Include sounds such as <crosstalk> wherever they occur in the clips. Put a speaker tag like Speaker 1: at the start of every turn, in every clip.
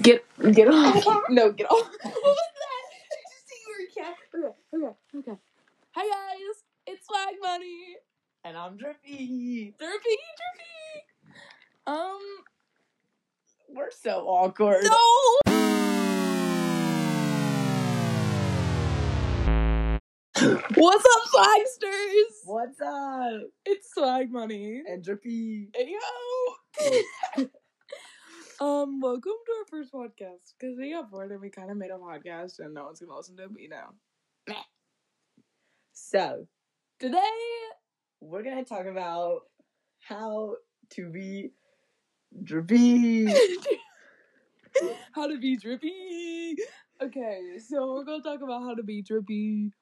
Speaker 1: Get get off. <laughs> No, get off. What was that? Did you see your cat? Okay, okay, okay. Hi guys, it's Swag Money.
Speaker 2: And I'm Drippy.
Speaker 1: Derpy, derpy. Um,
Speaker 2: We're so awkward.
Speaker 1: no. What's up, Swagsters?
Speaker 2: What's up?
Speaker 1: It's Swag Money.
Speaker 2: And Drippy.
Speaker 1: Yo. <laughs> um, welcome to our first podcast because we got bored and we kind of made a podcast and no one's gonna listen to it, but you know.
Speaker 2: So,
Speaker 1: Today
Speaker 2: we're going to talk about how to be
Speaker 1: <laughs>
Speaker 2: Drippy.
Speaker 1: how to be drippy. Okay, so we're gonna talk about how to be drippy.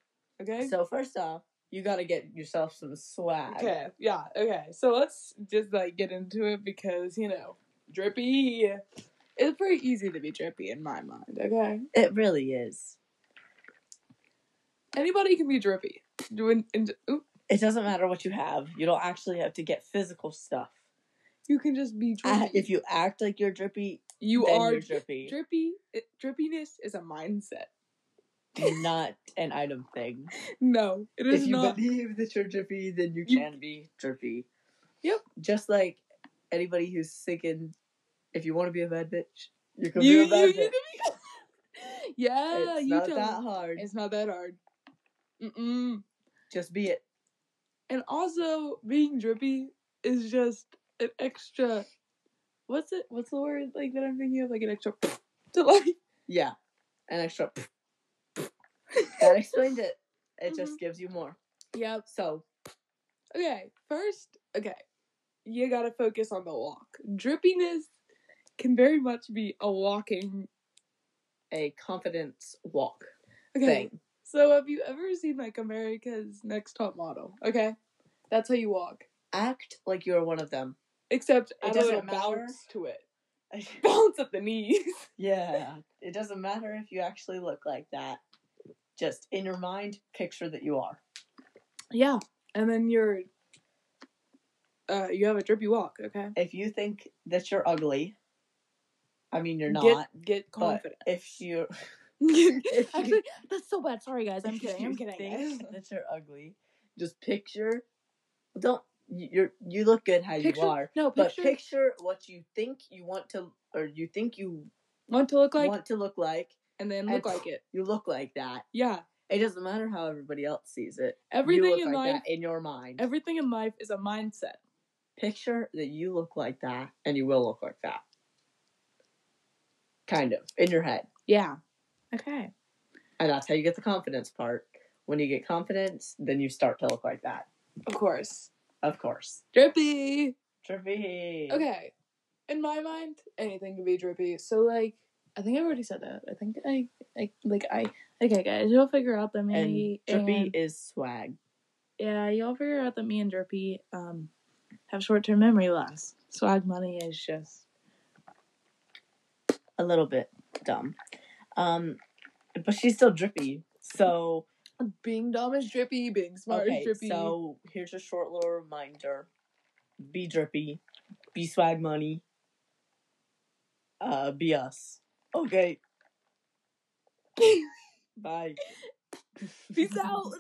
Speaker 1: Okay.
Speaker 2: so, first off, you got to get yourself some swag.
Speaker 1: okay. Yeah. Okay. So let's just like get into it because you know, drippy. It's pretty easy to be drippy in my mind. Okay.
Speaker 2: It really is.
Speaker 1: Anybody can be drippy. Doing and, oop,
Speaker 2: It doesn't matter what you have, you don't actually have to get physical stuff.
Speaker 1: you can just be drippy.
Speaker 2: Uh, If you act like you're Drippy,
Speaker 1: you
Speaker 2: then
Speaker 1: are
Speaker 2: you're Drippy.
Speaker 1: drippy. It, drippiness is a mindset.
Speaker 2: not an item thing.
Speaker 1: No, it
Speaker 2: if
Speaker 1: is
Speaker 2: you
Speaker 1: not.
Speaker 2: believe that you're drippy, then you
Speaker 1: You-
Speaker 2: can be drippy.
Speaker 1: Yep.
Speaker 2: Just like anybody who's singing, if you want to be a bad bitch, you can
Speaker 1: You,
Speaker 2: be a bad
Speaker 1: you, you
Speaker 2: bitch.
Speaker 1: can be. <laughs> yeah,
Speaker 2: it's
Speaker 1: you
Speaker 2: not
Speaker 1: tell me.
Speaker 2: that hard.
Speaker 1: It's not that hard. Mm-mm.
Speaker 2: Just be it.
Speaker 1: And also, being drippy is just an extra. What's it? What's the word like that I'm thinking of? Like an extra to
Speaker 2: <laughs>
Speaker 1: like.
Speaker 2: Yeah.
Speaker 1: <laughs>
Speaker 2: An extra. that explains it. It
Speaker 1: Mm-hmm.
Speaker 2: just gives you more.
Speaker 1: Yep.
Speaker 2: So
Speaker 1: Okay. First, okay, you gotta focus on the walk. Drippiness can very much be a walking
Speaker 2: a confidence walk
Speaker 1: okay.
Speaker 2: thing.
Speaker 1: So have you ever seen like America's Next Top Model? Okay, that's how you walk.
Speaker 2: Act like you're one of them. <laughs>
Speaker 1: Except add a
Speaker 2: doesn't
Speaker 1: little
Speaker 2: matter.
Speaker 1: bounce to
Speaker 2: <laughs>
Speaker 1: it. Bounce at the knees.
Speaker 2: yeah. It doesn't matter if you actually look like that. Just in your mind, picture that you are.
Speaker 1: Yeah, and then you're, uh, you have a drippy walk. Okay,
Speaker 2: if you think that you're ugly, I mean you're not.
Speaker 1: Get, get confident. <laughs>
Speaker 2: If you <laughs> if you-
Speaker 1: Actually, that's so bad. Sorry, guys. I'm
Speaker 2: if
Speaker 1: kidding.
Speaker 2: you <laughs>
Speaker 1: I'm kidding. guys.
Speaker 2: Think that you're ugly. Just picture. Don't you- you're you look good how
Speaker 1: Picture-
Speaker 2: you are,
Speaker 1: No,
Speaker 2: but
Speaker 1: picture.
Speaker 2: picture what you think you want to or you think you
Speaker 1: want to look like,
Speaker 2: want to look like.
Speaker 1: and then
Speaker 2: and-
Speaker 1: look like it.
Speaker 2: You look like that.
Speaker 1: Yeah,
Speaker 2: It doesn't matter how everybody else sees it. you
Speaker 1: everything
Speaker 2: look
Speaker 1: in
Speaker 2: like
Speaker 1: life.
Speaker 2: that in your mind.
Speaker 1: Everything in life is a mindset.
Speaker 2: picture that you look like that, and you will look like that. Kind of in your head.
Speaker 1: Yeah. Okay.
Speaker 2: And that's how you get the confidence part. When you get confidence, then you start to look like that.
Speaker 1: Of course.
Speaker 2: Of course.
Speaker 1: Drippy.
Speaker 2: Trippy.
Speaker 1: Okay. In my mind, anything can be drippy. So like, I think I've already said that. I think I, I like I. Okay, guys, you'll figure out that
Speaker 2: And
Speaker 1: me
Speaker 2: trippy
Speaker 1: and-
Speaker 2: is swag.
Speaker 1: yeah, y'all figure out that me and Derpy um have short term memory loss. Swag money is just
Speaker 2: A little bit dumb. Um, but she's still drippy. So,
Speaker 1: being dumb is drippy, being smart
Speaker 2: okay,
Speaker 1: is drippy.
Speaker 2: so here's a short little reminder. Be drippy. Be swag money. Uh, be us.
Speaker 1: <laughs>
Speaker 2: Okay. Bye.
Speaker 1: <laughs> <laughs>
Speaker 2: <laughs>
Speaker 1: Peace out.